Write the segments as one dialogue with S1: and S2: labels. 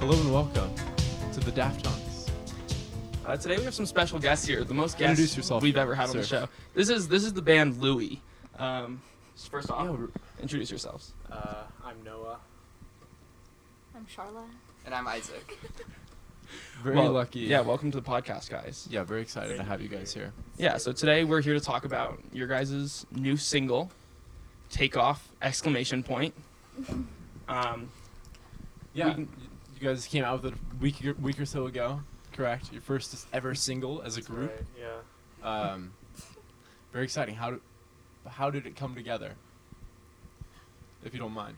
S1: Hello and welcome to the Daft Punks.
S2: Uh, today we have some special guests here. The most guests
S1: Introduce yourself,
S2: we've ever had on the
S1: sir.
S2: show. This is this is the band Louie. Um, just first off,
S1: Yeah, we're-
S2: introduce yourselves.
S3: Uh, I'm Noah.
S4: I'm Charlotte.
S5: And I'm Isaac.
S1: Very
S2: Well,
S1: lucky.
S2: Yeah, welcome to the podcast, guys.
S1: yeah, very excited to
S3: Great
S1: have
S3: to
S1: you
S3: be
S1: guys here.
S2: Yeah, so today we're here to talk about your guys' new single, "Take Off!" Exclamation point. Um,
S1: Yeah,
S2: We can-
S1: y- you guys came out with it a week or, week or so ago, correct? Your first ever single as a group.
S3: Right, yeah.
S1: Um, very exciting. How did how did it come together? If you don't mind.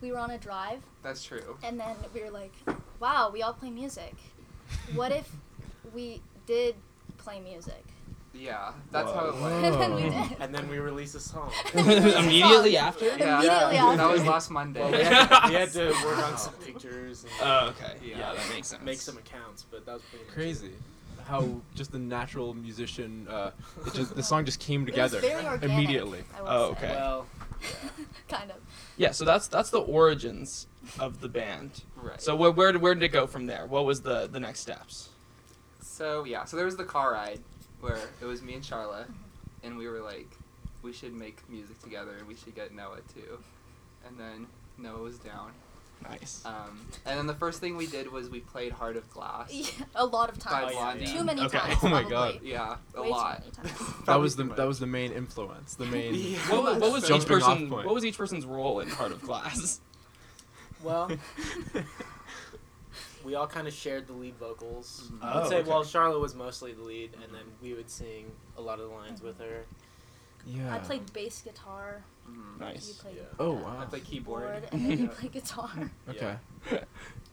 S4: We were on a drive,
S5: That's true.
S4: and then we were like, wow, we all play music. What if we did play music?
S5: Yeah, that's how it
S1: Whoa.
S5: went.
S4: and then we
S1: Oh.
S4: did.
S3: And then we released a song.
S2: immediately after.
S5: Yeah,
S4: Immediately
S5: yeah,
S4: after.
S5: That was last Monday.
S3: well, we, had to, we had to work on some pictures and
S2: Oh, okay. Yeah,
S5: Yeah.
S2: that makes sense.
S3: make some accounts, but that was pretty much it.
S1: Crazy. How just the natural musician, uh, it just the song just came together
S4: It was very organic,
S1: immediately.
S4: I will
S2: Oh,
S4: say.
S2: okay.
S5: Well,
S4: kind of.
S2: Yeah, so that's that's the origins of the band.
S5: right.
S2: So where where, where did it go from there? What was the the next steps?
S5: So yeah, so there was the car ride where it was me and Charla, and we were like, we should make music together, and we should get Noah too, and then Noah was down.
S2: Nice.
S4: Uh,
S5: Um, and then the first thing we did was we played Heart of Glass.
S4: Yeah, a lot of
S5: By
S4: times.
S5: Blondie.
S4: Too many
S1: Okay.
S4: times.
S1: Oh my
S4: probably.
S5: Yeah, a
S4: Way too
S5: lot.
S4: many times.
S1: That
S5: Probably
S1: was the
S5: too much.
S1: that was the main influence. The main.
S5: Yeah.
S2: What, wa- what was each
S1: Jumping off
S2: person?
S1: point.
S2: What was each person's role in part of class?
S3: Well, we all kind of shared the lead vocals.
S5: Mhm.
S3: I'd
S2: Oh,
S3: say,
S2: okay.
S3: well, Charlotte was mostly the lead, and then we would sing a lot of the lines with her.
S1: Yeah.
S4: I played bass guitar.
S5: Mhm.
S4: You
S2: Nice.
S4: played
S3: Yeah.
S1: Oh
S4: uh,
S1: wow.
S5: I played keyboard.
S4: And then you
S5: Yeah.
S4: played guitar.
S1: Okay.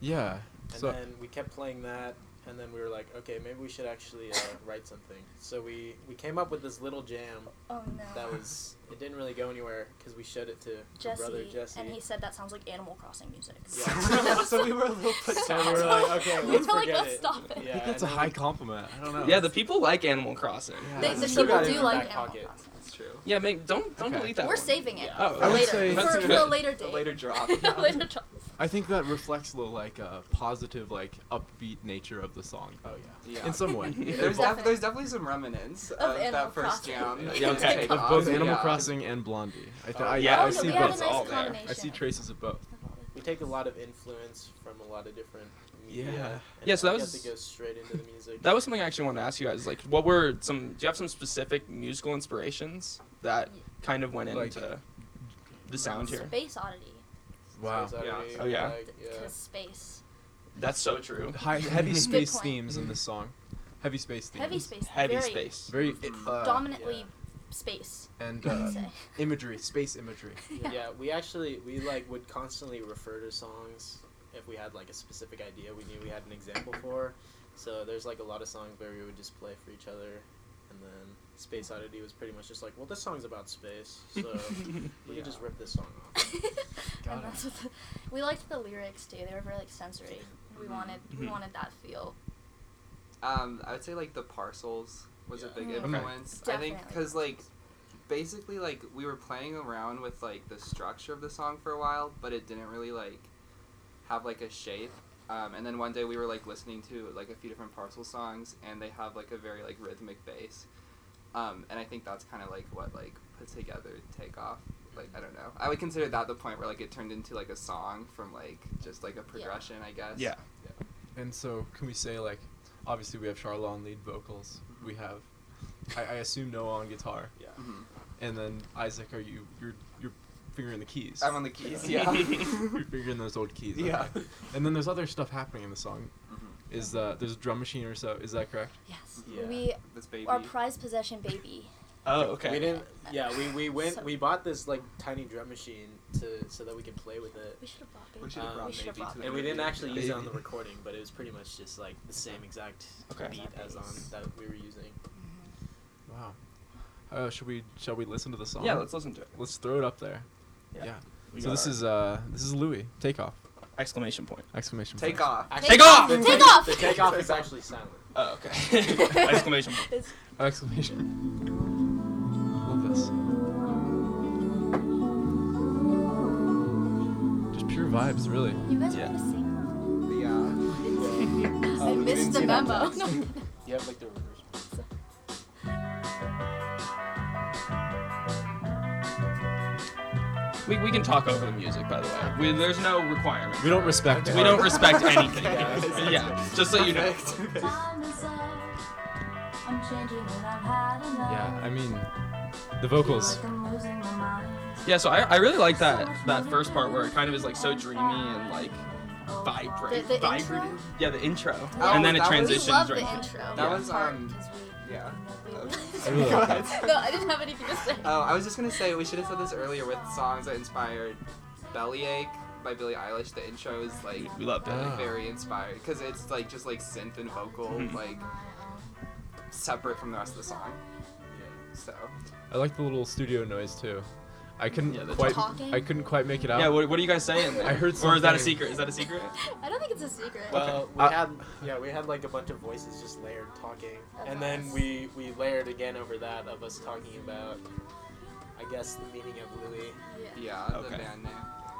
S1: Yeah.
S3: And
S1: So
S3: then we kept playing that, and then we were like, okay, maybe we should actually uh, write something. So we, we came up with this little jam
S4: Oh no.
S3: that was, it didn't really go anywhere because we showed it to her
S4: Jesse,
S3: brother Jesse.
S4: and he said that sounds like Animal Crossing music.
S3: Yeah.
S5: so we were a little put
S3: So
S5: down.
S3: we were like, okay,
S4: We
S3: let's
S4: were like,
S3: forget
S4: let's
S3: it.
S4: stop it. I
S3: Yeah,
S1: I think that's a
S3: and then
S1: high
S3: we-
S1: compliment. I don't know.
S2: Yeah, the people like Animal Crossing.
S1: Yeah.
S4: They,
S3: We
S4: the
S3: still
S4: people
S3: got it in
S4: do
S3: our
S4: like
S3: back
S4: Animal
S3: pocket.
S4: Crossing.
S5: That's true.
S2: Yeah, make don't don't
S1: Okay.
S2: delete that.
S4: We're
S2: one.
S4: saving it
S2: Oh,
S4: for
S1: I would
S4: later.
S1: say-
S4: for,
S2: That's
S4: for
S2: good.
S4: a later
S5: A
S4: date.
S5: later drop.
S4: A later drop.
S1: I think that reflects the like uh, positive, like upbeat nature of the song.
S3: Oh yeah.
S5: Yeah.
S1: In some way.
S2: Yeah,
S5: There's,
S4: Definitely.
S5: def- there's definitely some remnants
S4: Of
S5: of,
S4: Animal
S5: that first
S4: Crossing.
S5: jam.
S2: Yeah, okay.
S5: Take
S1: Of
S5: off,
S1: both Animal
S5: yeah.
S1: Crossing and Blondie. I, th-
S3: Oh,
S1: I,
S2: yeah.
S1: I,
S2: Oh, no,
S1: see
S2: we
S4: had a
S1: both.
S4: nice
S1: all there. I
S4: combination.
S1: see traces of both.
S3: We take a lot of influence from a lot of different media.
S1: Yeah.
S3: and
S2: Yeah, so that
S3: I
S2: was-
S3: guess it goes straight into the music.
S2: That was something I actually wanted to ask you guys. Like, what were some? Do you have some specific musical inspirations that kind of went
S1: Like-
S2: into the sound here?
S4: Space Oddity.
S1: Wow.
S3: So it's already,
S2: Oh, yeah.
S3: like, yeah.
S4: Because space.
S2: That's so true.
S1: High, heavy
S2: Good
S1: space
S4: point.
S1: themes in this song. Heavy space themes.
S4: Heavy space.
S2: Heavy
S4: very
S2: space.
S1: Very uh,
S4: Dominantly
S3: yeah.
S4: space,
S1: and
S4: I
S1: uh,
S4: would say.
S1: imagery, space imagery.
S3: yeah. we actually we like would constantly refer to songs if we had like a specific idea we knew we had an example for. So there's like a lot of songs where we would just play for each other, and then Space Oddity was pretty much just like, well, this song's about space, so we
S1: uh,
S5: Yeah.
S3: could just rip this song off.
S4: and
S1: Got it.
S4: that's what the, we liked the lyrics too. They were very like sensory. We
S5: Mhm.
S4: wanted we
S2: Mhm.
S4: wanted that feel.
S5: Um, I would say like the parcels was a
S3: Yeah.
S5: big
S4: Mm. Okay.
S5: influence. I
S4: Definitely.
S5: think because like basically like we were playing around with like the structure of the song for a while, but it didn't really like have like a shape. Um, and then one day we were like listening to like a few different parcel songs, and they have like a very like rhythmic bass. Um, and I think that's kind of like what like put together takeoff. Like I don't know. I would consider that the point where like it turned into like a song from like just like a progression, I guess.
S2: Yeah.
S1: And so, can we say like, obviously we have Charlotte on lead vocals. We have, I, I assume Noah on guitar,
S3: Yeah.
S5: Mhm.
S1: and then Isaac, are you you're you're fingering the keys?
S5: I'm on the keys. Yeah.
S1: you're fingering those old keys. okay.
S5: Yeah.
S1: And then there's other stuff happening in the song.
S5: Mhm.
S1: Is uh, there's a drum machine or so? Is that correct?
S4: Yes.
S3: Yeah.
S4: We
S5: This baby.
S4: our prized possession baby.
S2: Oh, okay.
S3: We didn't. Yeah, we, we went.
S4: So-
S3: we bought this like tiny drum machine to so that we could play with it,
S4: We should have bought baby.
S5: We should have
S3: Um,
S5: brought
S4: we should have
S5: baby
S4: brought
S5: to the
S3: and we didn't
S5: movie.
S3: actually use it on the
S1: Baby.
S3: recording, but it was pretty much just like the same exact
S2: Okay.
S3: beat as on that we were using.
S1: Wow. Uh, should we shall we listen to the song?
S2: Yeah, let's listen to it.
S1: let's throw it up there.
S2: Yeah. We
S1: So
S2: got
S1: this
S2: our
S1: is uh this is Louis. Take off!
S2: exclamation point.
S1: Exclamation
S5: Take
S1: point.
S5: off.
S3: Actually,
S2: Take off!
S3: The
S4: Take off!
S3: The takeoff is actually silent.
S2: Oh, okay. exclamation point.
S4: It's
S1: Exclamation. Love this. Just pure vibes, really.
S4: You guys
S2: Yeah.
S4: want to sing? uh,
S5: Yeah.
S3: Oh,
S4: a memo.
S3: You have like the reverse.
S2: We, we can talk over the music, by the way. We, there's no requirement.
S1: We don't respect
S2: We don't respect anything.
S3: Yeah,
S2: yeah, just so you know.
S6: Time is up. I'm changing and I've had enough.
S1: Yeah, I mean, the
S6: Feel
S1: vocals.
S6: like I'm losing my mind.
S2: Yeah, so I, I really like that that first part where it kind of is like so dreamy and like vibrate,
S4: The- the
S2: vibrant.
S4: intro?
S2: Yeah, the intro,
S5: Oh,
S2: and then it
S5: that was-
S4: We
S2: transitions
S4: love
S2: right.
S4: the
S2: there.
S4: intro.
S5: That
S4: That
S5: was,
S4: was part
S5: um,
S4: because
S5: Yeah.
S4: we.
S5: That was-
S1: I really like that.
S4: no, I didn't have anything to say.
S5: Oh, I was just gonna say we should have said this earlier with songs that inspired Bellyache by Billie Eilish. The intro is like
S2: We love that.
S1: Ah.
S5: very inspired because it's like just like synth and vocal
S2: Mhm.
S5: like separate from the rest of the song. So
S1: I like the little studio noise too. I couldn't
S2: Yeah, the
S1: quite.
S4: talking.
S1: I couldn't quite make it out.
S2: Yeah, what, what are you guys saying?
S1: I heard
S2: Or is that
S1: something.
S2: a secret? Is that a secret?
S4: I don't think it's a secret.
S3: Well, we
S1: Uh,
S3: had yeah, we had like a bunch of voices just layered talking, and then we we layered again over that of us talking about, I guess, the meaning of Louis.
S4: yeah.
S5: yeah,
S2: Okay.
S5: the band name.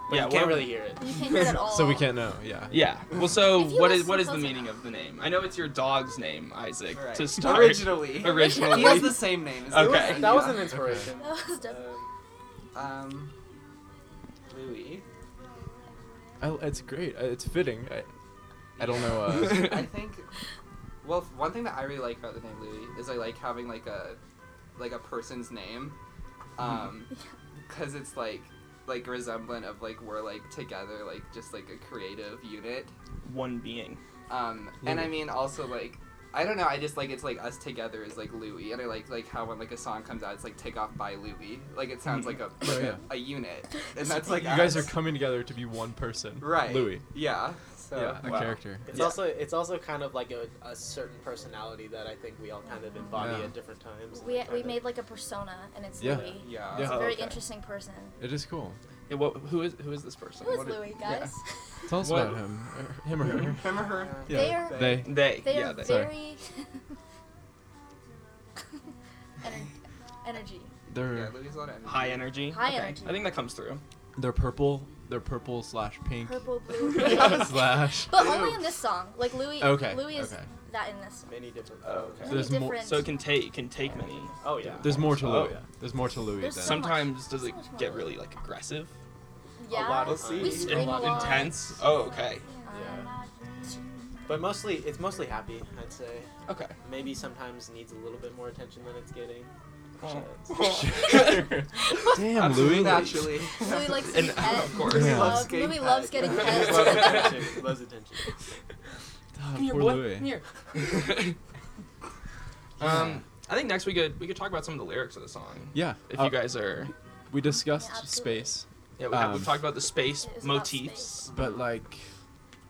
S3: But
S2: yeah,
S3: you can't
S2: what-
S3: really hear it.
S4: You can't hear it at all.
S1: so we can't know. Yeah.
S2: Yeah. Well, so
S4: If you
S2: what is
S4: listen
S2: what is the
S4: close
S2: meaning of the name? I know it's your dog's name, Isaac.
S5: Right.
S2: To start.
S5: Originally,
S2: Originally.
S5: he has the same name. as
S2: Okay.
S3: That
S5: the
S3: was-
S5: band,
S3: that was
S5: yeah.
S3: an inspiration.
S4: That was definitely.
S3: Um,
S5: um Louis.
S1: I, it's great. Uh, It's fitting. I, I don't know. Uh,
S5: I think. Well, f- one thing that I really like about the name Louis is I like having like a, like a person's name, um, because it's like, like resemblant of like we're like together like just like a creative unit,
S2: One being.
S5: um, and I
S1: Louis.
S5: mean also like. I don't know. I just like it's like us together is like Louis, and I like like how when like a song comes out, it's like take off by Louis. Like it sounds like a
S1: Oh, yeah.
S5: a unit, and that's like
S1: you guys are
S5: us.
S1: coming together to be one person.
S5: right.
S1: Louis.
S5: Yeah. So
S1: yeah, a
S2: wow.
S1: character.
S3: It's
S2: Yeah.
S3: also it's also kind of like a, a certain personality that I think we all kind of embody
S1: Yeah.
S3: at different times. and
S4: We,
S3: kind
S4: we
S3: of-
S4: made like a persona, and it's
S1: Yeah.
S4: Louis.
S5: yeah.
S4: It's
S1: Yeah.
S4: a
S1: Oh,
S4: very
S2: okay.
S4: interesting person.
S1: It is cool.
S2: Yeah, what, who is who is this person?
S4: Who is
S2: What i-
S4: Louis, guys?
S1: Tell us
S2: What-
S1: about him. Or him or her.
S5: Remember her?
S1: Yeah.
S4: They are-
S1: They.
S2: Yeah. They.
S4: They
S2: yeah.
S4: are
S2: They.
S4: very. Ener- energy.
S5: Yeah,
S2: Mm.
S1: They're
S5: Louis is a lot of energy.
S2: High energy.
S4: High
S2: Okay.
S4: energy.
S2: I think that comes through.
S1: they're purple. They're purple slash pink
S4: Purple, blue.
S1: slash.
S4: but only in this song. Like Louis.
S1: Okay.
S4: Louis is
S1: okay.
S4: that in this.
S3: many different.
S2: Oh, okay.
S4: Many
S1: There's more-
S4: different-
S2: So it can take can take many.
S3: Oh yeah.
S1: There's more to
S2: Oh,
S1: Louis.
S2: yeah.
S1: There's more to Louis. Than,
S4: There's some-
S2: Sometimes does
S4: So
S2: it
S4: much more.
S2: get really like aggressive?
S4: yeah.
S3: A lot
S5: We'll
S3: of
S5: see.
S4: We
S3: times.
S4: scream a lot.
S2: Intense. Oh, okay.
S4: Um,
S3: But mostly, it's mostly happy. I'd say
S2: Okay.
S3: maybe sometimes needs a little bit more attention than it's getting.
S1: Oh. Damn,
S5: Absolutely.
S1: Louis.
S5: Naturally.
S4: Louis likes to
S2: And
S4: be pet.
S2: of course.
S1: Yeah.
S4: Louis,
S5: Loves
S4: loves,
S5: getting
S4: Louis
S5: pet.
S4: loves getting
S5: Loves
S3: loves
S4: pet.
S3: attention. Loves attention.
S1: Ah,
S2: Come here,
S1: poor
S2: boy.
S1: Louis.
S2: Come here. um, I think next we could we could talk about some of the lyrics of the song.
S1: Yeah.
S2: If
S1: uh,
S2: you guys are,
S1: we discussed
S4: Yeah, absolutely.
S1: space,
S2: yeah, we have,
S1: um,
S2: we've talked about the space
S4: It is about
S2: motifs.
S4: space.
S1: but like,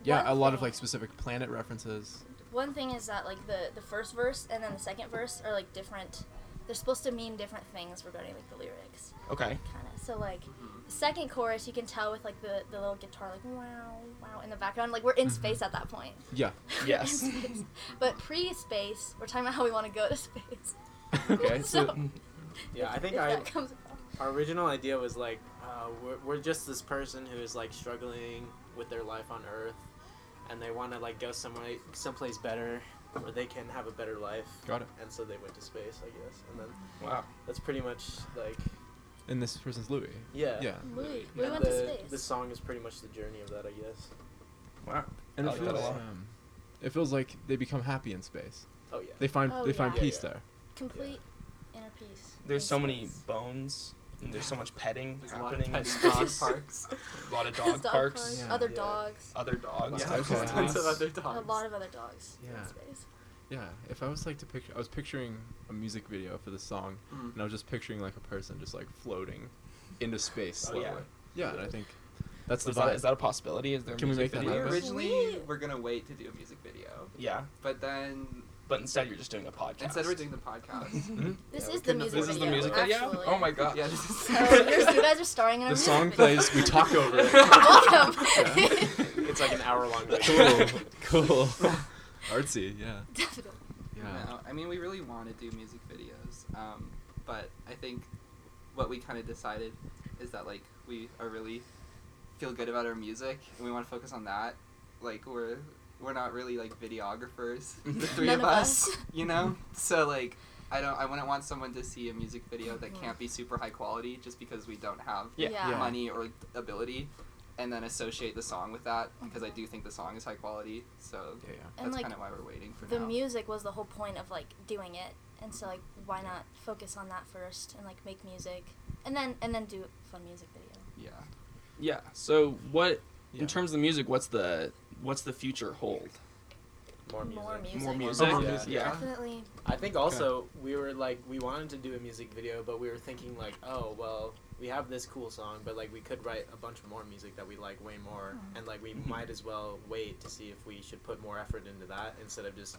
S1: yeah,
S4: One
S1: a lot of
S4: thing-
S1: like specific planet references.
S4: One thing is that like the the first verse and then the second verse are like different. They're supposed to mean different things regarding like the lyrics,
S2: Okay.
S4: kind of. So like
S3: Mm-hmm.
S4: the second chorus, you can tell with like the the little guitar like wow wow in the background. Like we're in space at that point.
S1: Yeah.
S4: We're in
S2: Yes.
S4: space. but pre-space, we're talking about how we want to go to space.
S1: okay. So,
S4: So-
S3: Yeah, I think
S4: If
S3: I
S4: that comes
S3: our original idea was like uh, we're, we're just this person who is like struggling with their life on Earth, and they want to like go somewhere someplace better where they can have a better life.
S1: got it.
S3: And so they went to space, I guess, and then
S2: Wow.
S3: that's pretty much like
S1: And this person's Louis.
S3: yeah.
S1: Yeah.
S4: Louis, we
S3: And
S4: went to
S3: the-
S4: space.
S3: The song is pretty much the journey of that, I guess.
S2: Wow.
S1: And it
S2: I like that a
S1: feels,
S2: lot.
S1: um, it feels like they become happy in space.
S3: Oh yeah.
S1: They find
S4: Oh,
S1: they find
S4: yeah.
S1: peace
S3: Yeah, yeah.
S1: there.
S4: complete inner peace.
S2: There's
S4: in
S2: so many
S4: space.
S2: bones. And there's so much petting
S5: There's a lot of
S2: happening. in
S5: pets, dog
S2: space.
S5: parks.
S2: A lot of
S4: There's
S2: dog
S4: dog
S2: parks.
S1: Yeah.
S4: other
S3: Yeah.
S4: dogs,
S2: Other dogs.
S1: Yeah.
S5: Yeah,
S1: Dogs.
S5: there's tons of other
S4: a
S5: dogs.
S4: lot of other dogs
S1: Yeah.
S4: in space.
S1: Yeah. If I was like to picture, I was picturing a music video for this song,
S5: Mm.
S1: and I was just picturing like a person just like floating into space
S2: Oh,
S1: slowly.
S2: yeah.
S1: Yeah, and I think that's the
S2: Is that,
S1: vibe.
S2: is that a possibility? Is there
S1: Can we
S2: music
S1: make that
S5: We
S2: videos?
S1: happen?
S5: originally
S4: Sweet.
S5: were gonna wait to do a music video,
S2: Yeah,
S5: but then
S2: but instead you're just doing a podcast.
S5: instead we're doing the podcast.
S1: Mm-hmm.
S4: This
S5: Yeah, we
S4: is the
S5: couldn't
S4: music
S2: this
S5: afford-
S2: is
S4: video.
S2: the music video.
S4: actually.
S2: Oh my god.
S5: yeah, this is.
S4: So you're- you guys are starring in
S1: the
S4: a music
S1: song
S4: video.
S1: plays. We talk over it.
S4: Welcome.
S3: it's like an hour long.
S1: cool, Mm-hmm. cool, artsy. Yeah.
S4: Definitely.
S5: No, I mean we really want to do music videos, um, but I think what we kind of decided is that like we are really feel good about our music and we want to focus on that. Like we're we're not really like videographers, the
S2: None
S5: three
S4: None
S5: of
S4: of
S5: us,
S4: us.
S5: you know. So like, I don't, I wouldn't want someone to see a music video that can't be super high quality just because we don't have
S2: Yeah.
S4: Yeah.
S1: Yeah.
S5: money or ability, and then associate the song with that because I do think the song is high quality. So
S1: Yeah, yeah.
S5: that's
S4: Uh-huh. And, like,
S5: kind of why we're waiting for
S4: the
S5: now.
S4: music was the whole point of like doing it and so like why not focus on that first and like make music and then and then do a fun music video
S5: yeah.
S2: Yeah. So what
S1: Yeah.
S2: in terms of the music, what's the what's the future hold?
S3: More music.
S4: more music, Oh,
S2: More music.
S1: music. Yeah.
S2: Yeah. yeah.
S4: definitely
S3: I think also we were like we wanted to do a music video, but we were thinking like, oh well, we have this cool song, but like we could write a bunch more music that we like way more,
S4: Mm-hmm.
S3: and like we
S1: Mm-hmm.
S2: Mhm.
S3: might as well wait to see if we should put more effort into that instead of just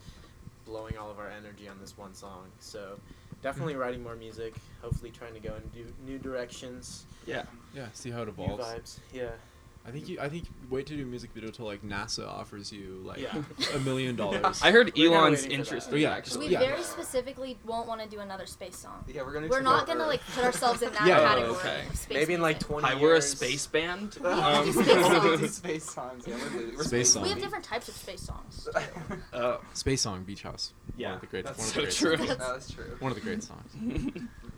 S3: blowing all of our energy on this one song. So definitely
S1: Mm-hmm.
S3: writing more music. Hopefully, trying to go in do new directions,
S1: Yeah, see how it
S3: new
S1: evolves.
S3: vibes. Yeah,
S1: I think you. I think wait to do a music video till like NASA offers you like
S3: Yeah.
S1: a million dollars.
S2: I heard
S3: We're kinda
S2: Elon's
S3: waiting for
S2: interested.
S1: that. Oh, yeah.
S2: Actually.
S4: we
S1: Yeah.
S4: very specifically won't want to do another space song
S5: Yeah, we're gonna.
S4: we're not
S5: explore
S4: gonna like
S5: Earth.
S4: put ourselves in that
S1: Yeah. Oh,
S5: Um,
S4: category
S2: okay.
S4: of space
S3: maybe in like
S4: music.
S3: twenty.
S2: Hi, we're a
S3: years.
S2: space band. Um,
S4: We have to do space songs.
S5: We're gonna do space songs. Yeah, we're, literally- we're
S1: Space
S4: we have
S1: songs.
S4: different types of space songs
S2: Oh,
S1: Space song, Beach House. One
S2: yeah.
S1: of the great.
S5: That's
S1: one of
S2: so
S1: the great
S2: true.
S1: Songs.
S5: Yeah, that's true.
S1: One of the great songs.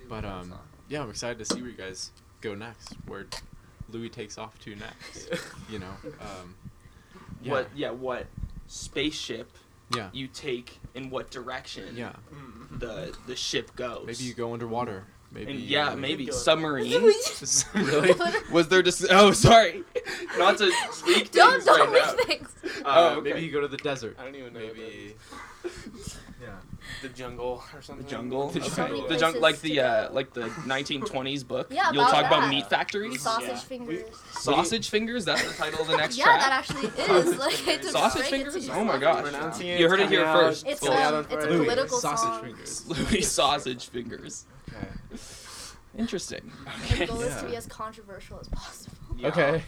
S1: But um, yeah, I'm excited to see where you guys go next. Where Louis takes off to next. You know. Um, yeah.
S2: What? Yeah. What spaceship
S1: Yeah.
S2: you take in what direction?
S1: Yeah.
S5: Mm.
S2: The the ship goes.
S1: Maybe you go underwater. Maybe.
S2: and yeah,
S1: uh,
S2: maybe
S3: Good.
S2: submarine.
S1: really.
S2: Was there just? Oh, sorry. Not to speak.
S4: don't
S2: things
S4: don't
S2: right
S4: make
S1: Uh,
S4: things
S2: Oh, okay.
S1: Maybe you go to the desert.
S3: I don't even know. what that
S1: Maybe. Yeah.
S3: is. the jungle or
S2: now. The
S3: something.
S2: jungle.
S1: There's so many
S2: The jungle,
S4: places
S2: like
S4: to
S2: the
S4: go.
S2: uh, like the 1920s book.
S4: Yeah,
S2: You'll
S4: about
S2: talk about
S4: that.
S2: meat factories.
S4: sausage
S2: Yeah.
S4: fingers
S2: Sausage fingers. That's the title of the next
S4: yeah
S2: track.
S4: that actually is
S5: Sausage
S4: like it's
S5: fingers.
S4: a
S2: Sausage
S4: straight-
S2: fingers?
S4: it's a
S2: Oh my
S4: sausage
S2: gosh.
S4: finger.
S3: Pronouncing
S2: You heard it
S3: coming
S2: here
S3: out.
S2: first.
S4: It's,
S2: Full-
S4: um,
S3: on
S4: it's a
S3: Friday.
S1: Louis,
S4: political
S1: sausage
S4: song.
S1: fingers.
S2: Louis sausage fingers.
S1: Okay.
S2: Interesting.
S4: The
S2: Okay.
S4: goal is to
S1: Yeah.
S4: be as controversial as possible.
S3: Yeah.
S1: Okay.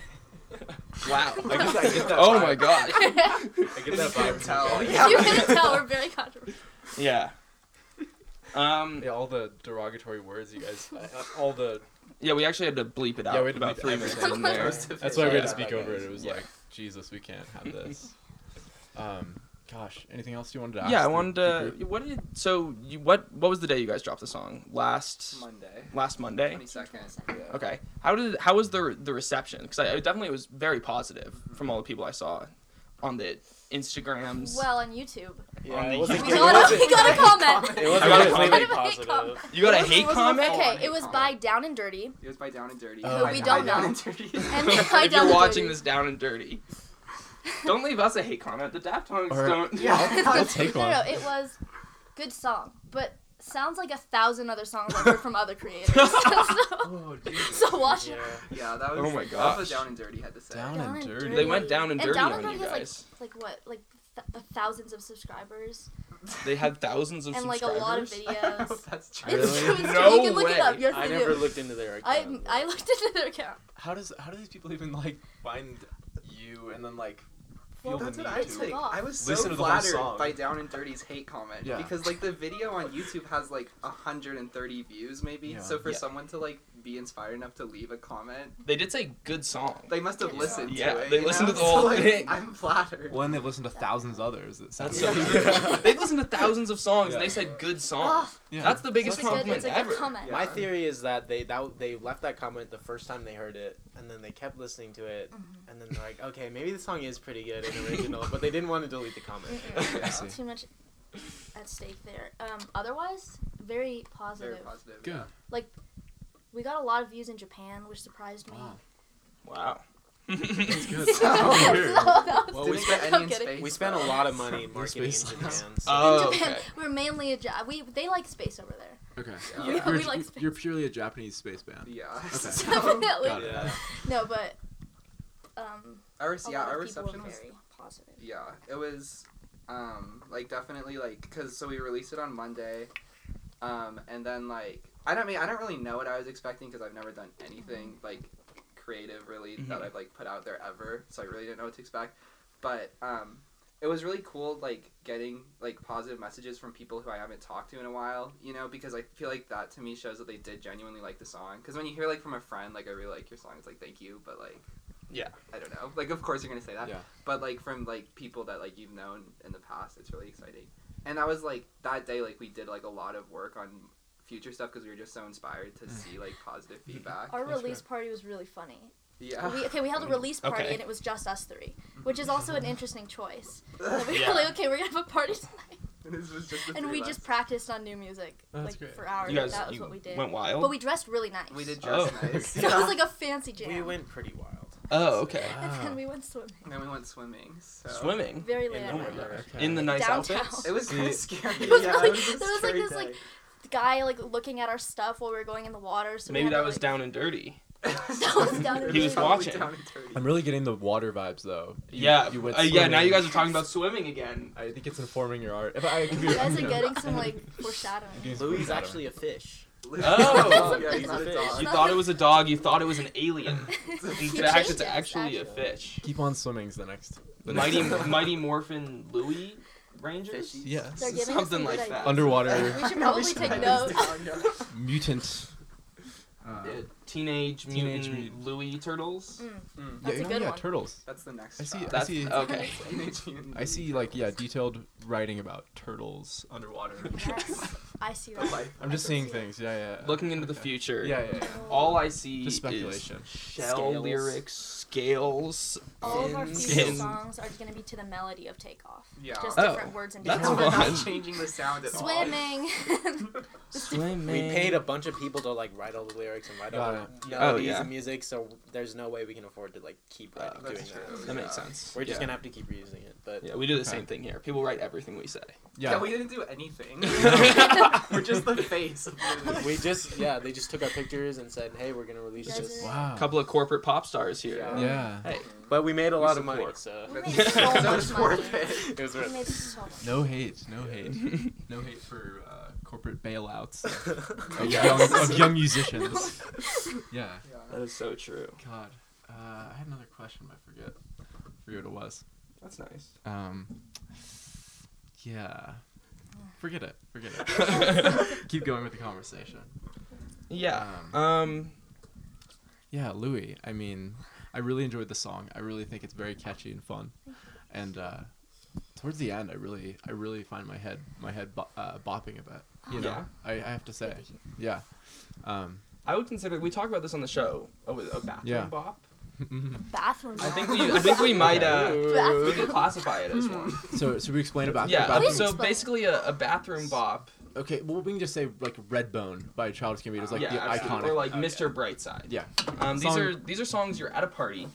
S2: Wow.
S4: I guess I get
S3: that
S2: oh
S3: vibe.
S2: my gosh.
S4: you
S3: I get that
S5: You can't
S3: vibe.
S5: tell.
S3: Tell.
S5: Yeah.
S4: can tell we're very controversial.
S2: Yeah. Um.
S1: Yeah, all the derogatory words you guys, all the.
S2: Yeah, we actually had to bleep it out.
S1: Yeah, we had to
S2: about
S1: bleep
S2: three
S1: everything.
S2: minutes in there.
S5: Most of
S1: That's
S5: it.
S1: why we had
S2: Yeah.
S1: to speak over it. It was
S2: Yeah.
S1: like, Jesus, we can't have this. Um, gosh, anything else you wanted to ask?
S2: Yeah, I
S1: the-
S2: wanted
S1: the
S2: to.
S1: group?
S2: What did so? You, what what was the day you guys dropped the song last
S5: Monday.
S2: last Monday?
S5: Twenty second.
S2: Okay. How did how was the the reception? Because I, I definitely was very positive from all the people I saw on the Instagrams.
S4: Well, on YouTube.
S2: On
S3: Yeah,
S2: the
S3: it wasn't
S2: YouTube.
S4: We
S3: good.
S2: got
S4: got a,
S3: It
S4: we got a comment.
S3: wasn't- it wasn't
S2: I got a
S3: completely
S4: comment.
S3: positive.
S2: you got a
S4: It wasn't-
S2: hate
S4: it wasn't-
S2: comment.
S4: Okay, it was
S5: Comment.
S4: by Down and Dirty.
S5: It was by Down and Dirty.
S1: Oh, Who we
S5: By
S1: don't
S5: Down
S4: know.
S5: and Dirty.
S4: And I
S2: if
S4: down
S2: you're
S4: and
S2: watching
S4: dirty.
S2: this down and dirty, don't leave us a hate comment. The Daft Punks
S1: Or-
S2: don't.
S5: Yeah.
S1: I'll take
S4: no,
S1: one.
S4: no, no, it was good song, but sounds like a thousand other songs I've heard from other creators. so,
S1: Oh,
S4: so watch
S3: Yeah.
S4: it.
S5: Yeah, that was.
S2: Oh my
S5: That's what
S2: gosh.
S5: Down and Dirty had to say.
S1: Down, and dirty.
S2: They went down and
S4: And
S2: dirty
S4: Down
S2: on
S4: and Dirty
S2: you
S4: has like
S2: guys.
S4: like what like th- th- thousands of subscribers
S2: They had thousands of
S4: and like a
S2: subscribers.
S4: lot of videos.
S5: that's true.
S1: Really?
S4: It's true. It's true.
S2: No
S4: you can look
S2: way.
S4: it up. Yes,
S3: I
S4: they
S3: never
S4: do.
S3: looked into their
S4: I
S3: account.
S4: I looked into their account.
S1: How does how do these people even like find you and then like feel
S5: Well,
S1: the
S5: that's
S1: need
S5: what I
S1: to?
S5: think.
S4: off.
S5: I was so
S1: Listen to the whole song.
S5: flattered by Down and Dirty's hate comment
S1: Yeah.
S5: because like the video on YouTube has like 130 views maybe.
S1: Yeah.
S5: So for
S2: Yeah.
S5: someone to like be inspired enough to leave a comment,
S2: They did say good song.
S5: they must have
S4: Yeah.
S5: listened
S2: Yeah,
S5: to it.
S2: they
S5: you
S2: listened
S5: know?
S2: to the whole
S5: so, like,
S2: thing.
S5: I'm flattered.
S1: Well, and they've listened to thousands of others. That sounds
S2: That's
S1: so
S2: so
S1: true.
S2: true. They've listened to thousands of songs and
S1: Yeah.
S2: they said good song.
S4: Oh,
S1: yeah.
S2: That's the biggest
S4: it's a good,
S2: compliment
S4: it's a
S2: ever.
S4: good comment.
S5: Yeah.
S3: My theory is that they that they left that comment the first time they heard it, and then they kept listening to it, and then they're like, okay, maybe the song is pretty good and original, but they didn't want to delete the comment.
S1: I
S4: Mm-mm.
S1: see.
S4: Too much at stake there. Um, otherwise, very positive.
S5: Very positive.
S1: Good.
S4: We got a lot of views in Japan, which surprised me.
S1: Wow.
S2: Wow.
S1: Ah, That's good.
S4: So that was-
S3: Well, we
S5: Didn't get
S3: spent-
S5: any
S4: I'm
S5: in
S4: kidding.
S5: space
S3: We spent a lot of money
S1: More
S3: marketing in
S1: space
S3: Japan.
S1: songs.
S3: So
S2: Oh,
S4: in Japan,
S2: okay.
S4: we're mainly a ja- we they like space over there.
S1: Okay.
S5: Yeah.
S4: We-
S1: You're,
S4: we like space.
S1: you're purely a Japanese space band.
S5: Yeah.
S4: Definitely.
S5: So,
S1: Got it.
S3: yeah.
S4: No, but um,
S5: our
S4: a
S5: yeah,
S4: lot
S5: our
S4: of people
S5: reception
S4: were
S5: was
S4: very positive.
S5: yeah it was um like definitely like because so we released it on monday um and then like i don't mean i don't really know what i was expecting because i've never done anything like creative really that
S2: Mhm.
S5: i've like put out there ever so i really didn't know what to expect but um it was really cool like getting like positive messages from people who i haven't talked to in a while you know because i feel like that to me shows that they did genuinely like the song because when you hear like from a friend like i really like your song it's like thank you but like
S2: Yeah.
S5: I don't know. Like, of course you're gonna say that.
S1: Yeah.
S5: But like from like people that like you've known in the past, it's really exciting. And I was like that day, like we did like a lot of work on future stuff because we were just so inspired to see like positive feedback.
S4: Our
S2: That's
S4: release party was really funny.
S5: Yeah.
S4: We, okay, we held a release party
S2: Ah, Okay.
S4: and it was just us three, which is also an interesting choice. So we
S2: Yeah.
S4: were like, okay, we're gonna have a party tonight,
S5: this was just the
S4: and we
S5: three of
S4: just
S5: us.
S4: practiced on new music
S1: That's
S4: like
S1: great.
S4: for hours.
S2: You guys
S4: that was
S2: you
S4: what we did.
S2: went wild.
S4: But we dressed really nice.
S5: we did
S2: Oh.
S5: dress nice.
S4: So it was like a fancy jam.
S3: We went pretty wild.
S2: oh, okay.
S4: and
S1: Wow.
S4: then we went swimming.
S5: And then we went swimming. So.
S2: Swimming.
S4: Very
S3: And
S4: late
S3: then
S4: at
S2: Oh my
S4: night.
S2: gosh.
S1: Okay.
S2: In the nice
S4: Downtown.
S2: outfits.
S5: It was kind
S1: See-
S5: of scary.
S4: It was
S5: yeah,
S4: really-
S5: it was a
S4: there was, like,
S5: scary
S4: this, like,
S5: day.
S4: The guy like looking at our stuff while we were going in the water. So we
S2: Maybe
S4: had
S2: that
S4: to,
S2: was
S4: like-
S2: down and dirty.
S4: That was down
S2: He was watching.
S5: Down and dirty.
S1: I'm really getting the water vibes though. You-
S2: yeah.
S1: You went
S2: uh, yeah. Now you guys
S1: swimming.
S2: are talking about swimming again.
S1: I think it's informing your art. If I could be
S4: You guys are
S1: you know,
S4: getting some like
S1: I-
S4: foreshadowing.
S1: do some
S3: Louis is
S1: foreshadowing.
S3: actually a fish.
S2: Oh.
S5: yeah, he's a
S3: You
S5: dog.
S2: You thought it was a dog. You thought it was an alien. In
S4: He
S2: fact,
S4: changed
S2: it's
S4: it,
S2: actually a
S4: actually.
S2: fish.
S1: keep on swimming's the next. The
S2: Mighty
S1: next-
S2: Mighty Morphin Louie Rangers.
S5: Fishy.
S1: Yes.
S4: They're giving us some
S2: Something
S4: good
S2: like
S4: ideas.
S2: that.
S1: Underwater
S4: We should probably
S5: should
S4: take
S5: write
S4: notes.
S5: this down, yeah.
S1: mutant. Uh,
S5: Yeah,
S2: Teenage Mutant
S1: Teenage Mutant-
S2: Louie Turtles.
S4: Mm.
S5: Mm,
S4: That's
S1: yeah,
S4: a
S1: yeah,
S4: good
S1: yeah,
S4: one.
S1: turtles.
S5: that's the next.
S1: I see-
S5: child.
S1: I
S2: That's
S1: see-
S2: okay.
S5: Teenage Mutant
S1: I see,
S5: Mutant
S1: like, yeah,
S5: Ninja
S1: detailed writing about turtles underwater.
S4: Yes. I see
S5: Turtles.
S4: that.
S5: The life
S1: I'm just seeing things. Yeah, yeah. yeah.
S2: Looking into the
S1: Okay.
S2: future.
S1: Yeah, yeah, yeah.
S2: All I see
S1: Just
S2: is
S1: speculation.
S2: shell
S3: Scales.
S2: lyrics, scales.
S4: All of our
S5: Fins.
S4: future
S2: Fins.
S4: songs are going to be to the melody of Takeoff.
S5: Yeah.
S4: Just
S2: Oh,
S4: different words and
S2: that's
S4: different
S5: We're not
S2: fun.
S5: changing the sound at all.
S4: Swimming.
S2: Swimming.
S3: We paid a bunch of people to like write all the lyrics and write all
S1: Got
S3: the
S5: Yeah.
S3: melodies
S2: yeah.
S3: and music, so there's no way we can afford to like keep
S2: Uh,
S3: like, doing
S5: that's
S3: that.
S5: true.
S2: That makes
S5: Yeah.
S2: sense.
S3: We're just
S2: yeah.
S3: gonna have to keep reusing it, but
S2: Yeah, we do the
S1: Okay.
S2: same thing here. People write everything we say.
S1: Yeah.
S5: Yeah. we didn't do anything.
S4: No.
S5: We're just the face. Of Louis.
S3: we just yeah they just took our pictures and said hey we're gonna release
S4: Guys
S3: this,
S4: are-
S1: wow.
S2: A couple of corporate pop stars here.
S5: Yeah.
S1: Yeah.
S2: Hey,
S3: but we made a
S2: We
S3: lot of money,
S2: support.
S3: so
S4: We made
S5: That's-
S4: so
S5: so
S4: much
S5: it's
S4: money.
S5: worth it.
S3: it was
S4: we made
S3: worth.
S4: so much.
S1: No hate. No hate. No hate for uh, corporate bailouts of,
S5: Oh,
S1: young,
S5: yeah.
S1: of young musicians. Yeah.
S2: that is so true.
S1: God. Uh, I had another question. but I forget. forget what it was.
S2: That's nice.
S1: Um. Yeah. Forget it. Forget it. Keep going with the conversation.
S2: yeah.
S1: Um,
S2: Um.
S1: Yeah, Louis. I mean, I really enjoyed the song. I really think it's very catchy and fun. And uh, towards the end, I really, I really find my head, my head bo- uh, bopping a bit. You know, I,
S2: Oh, Yeah.
S1: I have to say, yeah. Um,
S2: I would consider we talked about this on the show. Oh, a bathroom
S1: Yeah.
S2: bop.
S4: Bathroom.
S2: I think
S4: song.
S2: we, I think we might uh, we
S4: Bathroom.
S2: could classify it as one.
S1: so, so we explain about
S2: Yeah.
S1: about
S4: Please
S2: So
S4: explain.
S2: basically, a, a bathroom bop.
S1: okay. Well, we can just say like Redbone by Childish Gambino is like
S2: yeah,
S1: the
S2: absolutely.
S1: iconic.
S2: Or like
S5: Okay.
S2: Mr. Brightside.
S1: yeah,
S2: Um, these
S1: Song-
S2: are these are songs you're at a party.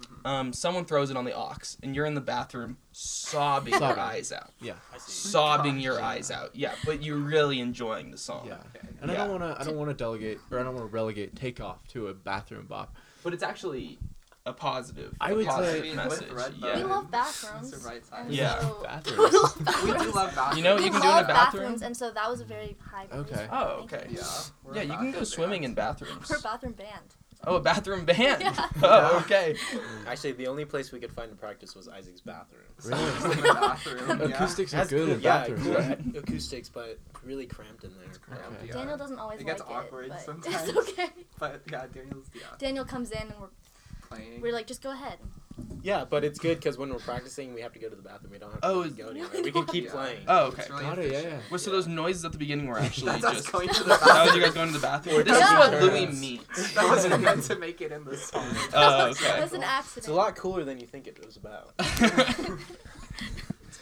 S5: Mm-hmm.
S2: Um, someone throws it on the aux, and you're in the bathroom sobbing your
S1: Sobbing.
S2: eyes out,
S1: yeah,
S3: I see.
S2: sobbing
S5: Gosh,
S2: your
S5: yeah.
S2: eyes out. Yeah, but you're really enjoying the song.
S1: yeah.
S5: Okay.
S1: And I
S2: Yeah.
S1: don't want to, I don't want to delegate or I don't want to relegate Takeoff to a bathroom bop.
S2: But it's actually a positive.
S1: I
S2: a
S1: would
S2: positive
S1: say-
S2: message.
S5: With Red
S2: yeah.
S4: We love bathrooms.
S5: That's the right side.
S4: and
S2: Yeah.
S4: so-
S1: Bathrooms.
S4: we love
S5: We
S4: bathrooms.
S5: do love bathrooms.
S2: You know,
S4: We
S2: you can do it in a
S4: love
S2: bathroom.
S4: bathrooms, and so that was a very high. praise.
S1: Okay.
S2: Oh,
S4: Thank
S2: okay.
S4: you.
S5: Yeah. We're
S2: yeah,
S5: a
S2: you can go
S5: bathroom
S2: swimming
S5: band.
S2: in bathrooms.
S4: We're a bathroom band.
S2: oh, a bathroom band.
S4: Yeah.
S2: Oh, okay.
S3: Actually, the only place we could find to practice was Isaac's bathroom.
S5: Someone's
S1: Really?
S5: in the bathroom. yeah.
S1: Acoustics are
S3: That's
S1: good in
S3: yeah,
S1: bathrooms.
S3: cool
S1: right?
S3: acoustics, but really cramped in there.
S5: Cramped,
S1: Okay.
S5: yeah.
S4: Daniel doesn't always
S5: It gets
S4: like
S5: awkward
S4: it, but
S5: sometimes.
S4: it's okay.
S5: But yeah, Daniel's yeah
S4: Daniel comes in and we're,
S5: playing.
S4: we're like, just go ahead.
S3: Yeah, but it's good because when we're practicing, we have to go to the bathroom. We don't have to
S2: Oh,
S3: really go
S4: really
S3: anywhere. We can
S4: not.
S3: keep
S5: Yeah.
S3: playing.
S2: Oh, okay.
S5: It's really
S1: Got it, yeah,
S5: efficient.
S2: Well, so those noises at the beginning were actually
S5: That's us
S2: just.
S5: going to the
S2: That was you
S5: bathroom.
S2: guys going to the bathroom. This is
S4: Yeah.
S2: what Louis
S3: Yes.
S2: means.
S5: That wasn't meant to make it in the song.
S2: Oh,
S4: That's
S2: okay.
S4: an accident.
S3: It's a lot cooler than you think it was about.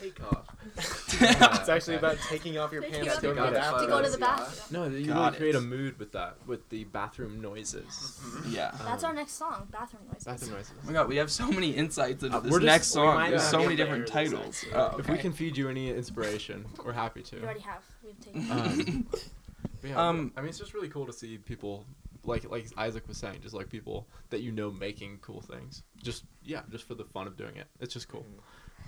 S5: Take off.
S3: it's actually about taking off your
S4: Taking
S3: pants
S4: off
S3: to go
S4: your
S3: to the
S5: pants.
S4: to
S3: bathroom.
S4: go to
S5: photos,
S4: the
S5: yeah.
S4: bathroom.
S1: No, you
S2: Got
S1: really create
S2: it.
S1: a mood with that, with the bathroom noises.
S2: yeah.
S4: That's
S1: Um,
S4: our next song, bathroom noises.
S1: Bathroom noises.
S2: Oh my god, we have so many insights into
S1: Uh,
S2: this
S1: we're just-
S2: next
S3: we
S2: song.
S3: might
S2: There's
S1: not
S2: so
S1: get
S2: many
S3: there
S2: different
S3: this
S2: titles.
S3: episode.
S2: Oh,
S1: If we
S2: okay.
S1: can feed you any inspiration, we're happy to.
S4: We already have. We've taken.
S1: Um, But yeah,
S2: Um,
S1: I mean, it's just really cool to see people like like Isaac was saying, just like people that you know making cool things. Just yeah, just for the fun of doing it. It's just cool.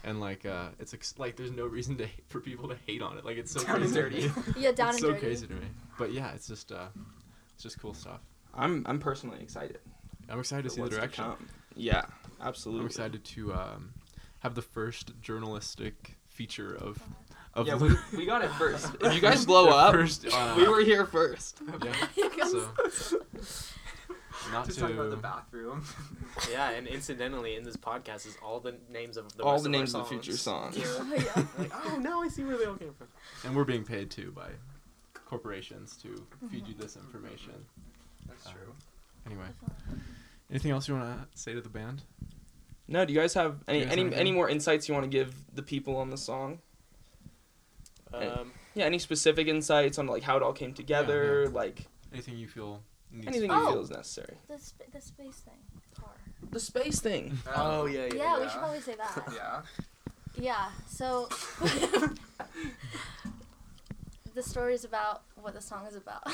S1: And like, uh, it's ex- like there's no reason to for people to hate on it. Like it's so
S5: Down and
S1: crazy to
S5: dirty.
S1: me.
S4: yeah, down
S1: it's
S4: and
S1: so
S4: dirty.
S1: crazy to me. But yeah, it's just uh, it's just cool stuff.
S2: I'm I'm personally excited.
S1: I'm excited to
S2: for
S1: see the
S2: what's to
S1: direction.
S2: come. Yeah, absolutely.
S1: I'm excited to um, have the first journalistic feature of of
S2: Yeah,
S1: Lou-
S2: we, we got it first. If you guys blow
S1: the
S2: up,
S1: First, uh,
S2: we were here first.
S1: yeah,
S4: You guys-
S1: so Not
S5: Just talking about
S1: to-
S5: the bathroom.
S3: Yeah, and incidentally, in this podcast is all the names of the
S2: all
S3: rest
S2: the
S3: our
S2: names of the
S3: songs.
S2: future songs.
S5: Yeah.
S4: Oh, yeah.
S3: Like, oh, now I see where they all came from.
S1: and we're being paid too by corporations to feed you this information.
S5: That's true.
S1: Anyway,
S4: Definitely.
S1: anything else you want to say to the band?
S2: No, do you guys have any
S1: You guys have
S2: any,
S1: anything?
S2: any more insights you want to give the people on the song?
S3: Um,
S2: Yeah, any specific insights on like how it all came together, like
S1: Anything you feel needs
S2: anything
S1: to
S2: you
S4: Oh.
S2: feel is necessary.
S4: The, sp- the space thing. Car.
S2: The space thing.
S3: oh yeah, yeah.
S4: Yeah, we
S5: yeah.
S4: should probably say that.
S5: Um, Yeah.
S4: Yeah, so the story is about what the song is about.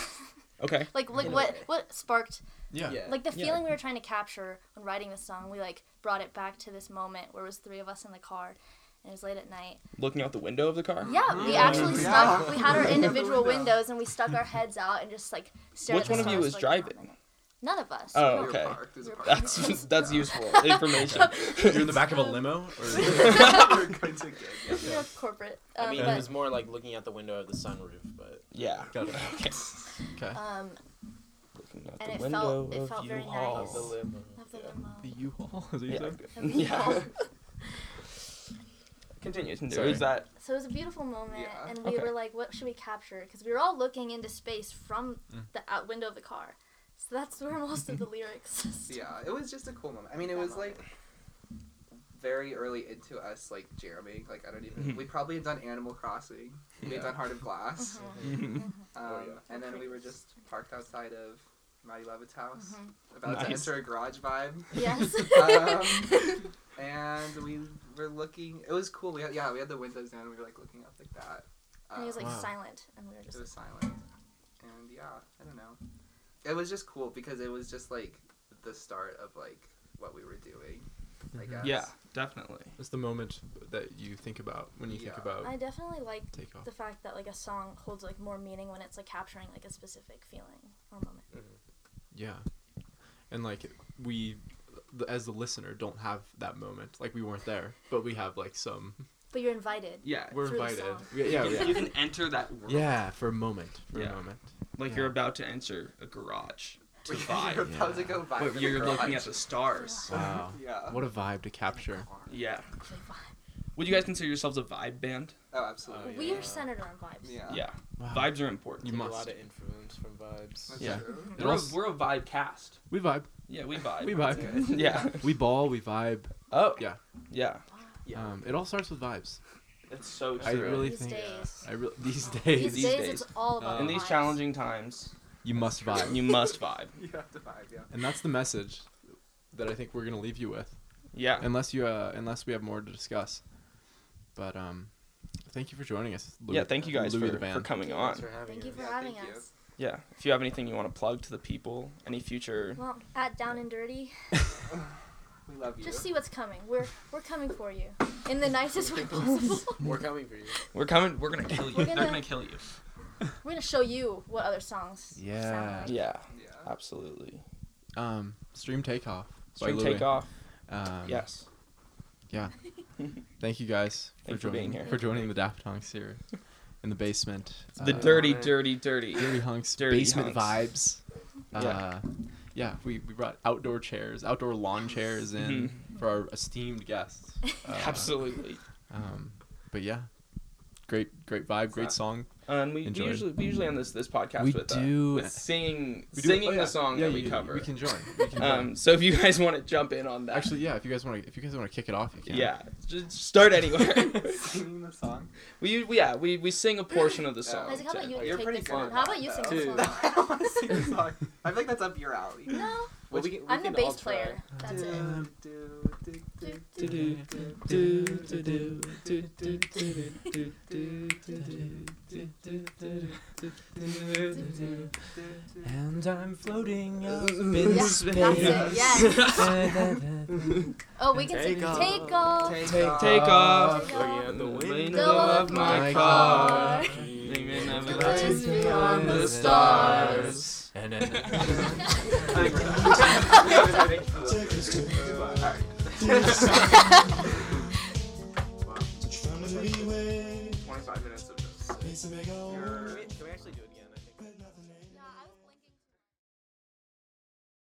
S2: Okay.
S4: like like
S3: In a
S4: what
S3: way.
S4: what sparked
S1: Yeah.
S3: Yeah.
S4: like the
S2: Yeah.
S4: feeling we were trying to capture when writing the song, we like brought it back to this moment where it was three of us in the car and it was late at night.
S2: Looking out the window of the car.
S4: Yeah, we
S5: Yeah.
S4: actually
S5: Yeah.
S4: stuck we had our
S5: Yeah.
S4: individual
S5: Window.
S4: windows and we stuck our heads out and just like stared
S2: Which
S4: at the
S2: one of you
S4: stars
S2: was
S4: for, like,
S2: driving?
S4: nothing. None of us.
S2: Oh,
S5: We
S4: No.
S5: were
S2: okay.
S5: parked, it was
S4: We were
S5: parked.
S2: That's that's useful information.
S1: You're in the back of a limo, or
S5: We were going to get- yeah.
S4: We were corporate. Um,
S3: I mean,
S4: but-
S3: it was more like looking out the window of the sunroof, but
S2: yeah.
S1: Got it.
S2: Okay.
S1: okay.
S4: um,
S2: Looking out
S4: And
S2: the
S4: it
S2: window
S4: felt- it felt
S2: of
S4: very
S2: U-Haul.
S4: nice.
S3: of the limo.
S4: of the
S3: yeah.
S4: limo.
S1: The U-Haul. Is what you
S2: Yeah.
S1: said?
S4: Of the
S2: Yeah.
S4: limo.
S2: Continue. continue.
S1: Sorry.
S2: Is that
S4: So it was a beautiful moment,
S5: Yeah.
S4: and we
S2: Okay.
S4: were like, "What should we capture?" Because we were all looking into space from
S1: Mm.
S4: the out window of the car. So that's where most of the lyrics.
S5: Yeah, it was just a cool moment. I mean, it was like very early into us, like jamming. Like I don't even.
S2: Mhm.
S5: we probably had done Animal Crossing. We
S1: Yeah.
S5: had done Heart of Glass.
S4: Mhm.
S3: Mm-hmm.
S5: Um,
S3: Oh, yeah.
S5: And then we were just parked outside of Maddie Lovett's house,
S4: Mhm.
S5: about to
S2: Nice.
S5: enter a garage vibe.
S4: Yes.
S5: Um, And we were looking. It was cool. We had, yeah, we had the windows down. We were like looking up like that. Um,
S4: and it was like
S1: Wow.
S4: silent, and we were
S5: It
S4: just.
S5: was silent. And yeah, I don't know. It was just cool because it was just like the start of like what we were doing. I
S1: Mhm.
S5: guess.
S2: yeah? Definitely.
S1: It's the moment that you think about when you think
S5: Yeah.
S1: about
S4: I definitely like
S1: take off.
S4: the fact that like a song holds like more meaning when it's like capturing like a specific feeling or moment.
S1: Yeah, and like we, the, as the listener, don't have that moment. Like we weren't there, but we have like some.
S4: But you're invited.
S2: Yeah.
S1: We're
S4: Through the
S1: invited.
S4: song.
S1: Yeah, yeah,
S2: You
S1: yeah.
S2: can- you can enter that world.
S1: Yeah, for a moment. For
S2: Yeah.
S1: a moment.
S2: Like
S1: Yeah.
S2: you're about to enter a garage to
S5: You're
S2: vibe,
S5: about to
S1: Yeah.
S5: go vibe. in
S2: but
S5: the
S2: you're looking at
S5: garage.
S2: the stars.
S1: Wow.
S5: Yeah. Oh,
S1: What a vibe to capture.
S2: Yeah.
S4: Actually, vibe.
S2: Would you guys consider yourselves a vibe band?
S5: Oh, absolutely.
S3: Oh,
S4: We
S3: yeah.
S4: are centered around vibes.
S5: Yeah.
S2: yeah.
S1: Wow.
S2: Vibes are important.
S1: You
S3: Take
S1: must.
S3: a lot of influence from vibes.
S5: That's
S2: Yeah.
S5: true.
S1: It
S2: We're a,
S1: also-
S2: we're a vibe cast.
S1: We vibe.
S2: Yeah, we vibe.
S1: We vibe.
S5: That's good.
S2: Yeah.
S1: We ball. We vibe.
S2: Oh.
S1: Yeah.
S2: Yeah.
S3: Yeah.
S1: Um, it all starts with vibes.
S2: It's so true.
S1: I really
S4: These
S1: think.
S4: days.
S1: I really these
S4: These,
S1: days
S2: These
S4: days,
S2: days. Um,
S4: it's all about.
S2: In these
S4: vibes.
S2: challenging times,
S1: you must vibe,
S2: you must vibe.
S5: You have to vibe. Yeah.
S1: and that's the message that I think we're gonna leave you with,
S2: Yeah.
S1: unless you uh, unless we have more to discuss. But um, thank you for joining us. Louis,
S2: yeah. Thank you guys
S1: Louis the
S2: for, for
S1: band.
S2: coming
S3: Thanks
S2: on.
S3: for having
S4: Thank you
S3: us.
S4: for
S5: Yeah,
S4: having
S5: thank you.
S4: us.
S2: Yeah. If you have anything you want to plug to the people, any future.
S4: Well, at Down and Dirty.
S5: We love you.
S4: Just see what's coming. We're we're coming for you in the nicest way possible.
S3: We're coming for you.
S2: We're coming. We're gonna kill you.
S4: We're
S2: They're
S4: gonna-
S2: gonna kill you.
S4: We're gonna show you what other songs.
S1: Yeah.
S4: Sound like.
S2: Yeah.
S5: Yeah.
S2: Absolutely.
S1: Um, stream takeoff. by
S2: Stream
S1: Louis.
S2: takeoff.
S1: Um,
S2: Yes.
S1: Yeah. Thank you guys
S2: Thanks for
S1: joining
S2: being here.
S1: for joining the Daft Punk here in the basement.
S2: The
S1: Uh,
S2: dirty,
S3: Uh,
S2: dirty, dirty.
S1: Dirty Hunks
S2: Dirty
S1: basement
S2: Hunks.
S1: vibes. Uh, yeah, we, we brought outdoor chairs, outdoor lawn chairs in for our esteemed guests. Uh,
S2: Mm-hmm. Absolutely.
S1: Um, but yeah, great great vibe, great song.
S2: And Um, we, we
S1: Enjoy.
S2: usually we usually end this this podcast
S1: We
S2: with,
S1: do-
S2: uh, with singing
S1: We do-
S2: singing
S1: oh, yeah.
S2: the song
S1: Yeah,
S2: that we
S1: you-
S2: cover.
S1: We can join. We can join.
S2: um, so if you guys want to jump in on that,
S1: Actually, yeah. If you guys want to, if you guys want to kick it off, you can.
S2: yeah, just start anywhere.
S5: Singing the song.
S2: we we- yeah we, we sing a portion of the song.
S4: Isaac, how about
S2: to-
S4: you
S5: You're
S4: take
S5: pretty
S4: this
S5: good
S4: one?
S5: at
S4: How
S5: that,
S4: about you
S5: though.
S4: sing
S3: Dude.
S4: this one?
S5: I don't want to sing the song. I feel like that's up your alley.
S4: No,
S3: Well,
S5: Which-
S3: we can, we
S4: I'm the
S3: can all
S4: bass
S3: try.
S4: player. That's it.
S5: Do, do, do, do, do, do, do,
S2: Do,
S5: do,
S2: do, do, do, do, do, do, do, do, do, do, do, do, do, do.
S5: do.
S1: And I'm floating
S2: up in
S4: Yeah, that's
S2: space.
S4: it. Yes. Oh, we can
S2: Take
S4: sing
S2: off.
S4: take off.
S5: Take,
S2: Take off.
S4: Take
S3: Looking out
S4: off.
S3: the
S2: Window
S3: window
S4: of my car.
S2: Dreaming of
S4: The
S2: a
S4: place
S2: place
S4: beyond
S2: beyond
S4: the
S2: the
S4: stars.
S2: stars.
S1: And then.
S5: Take off.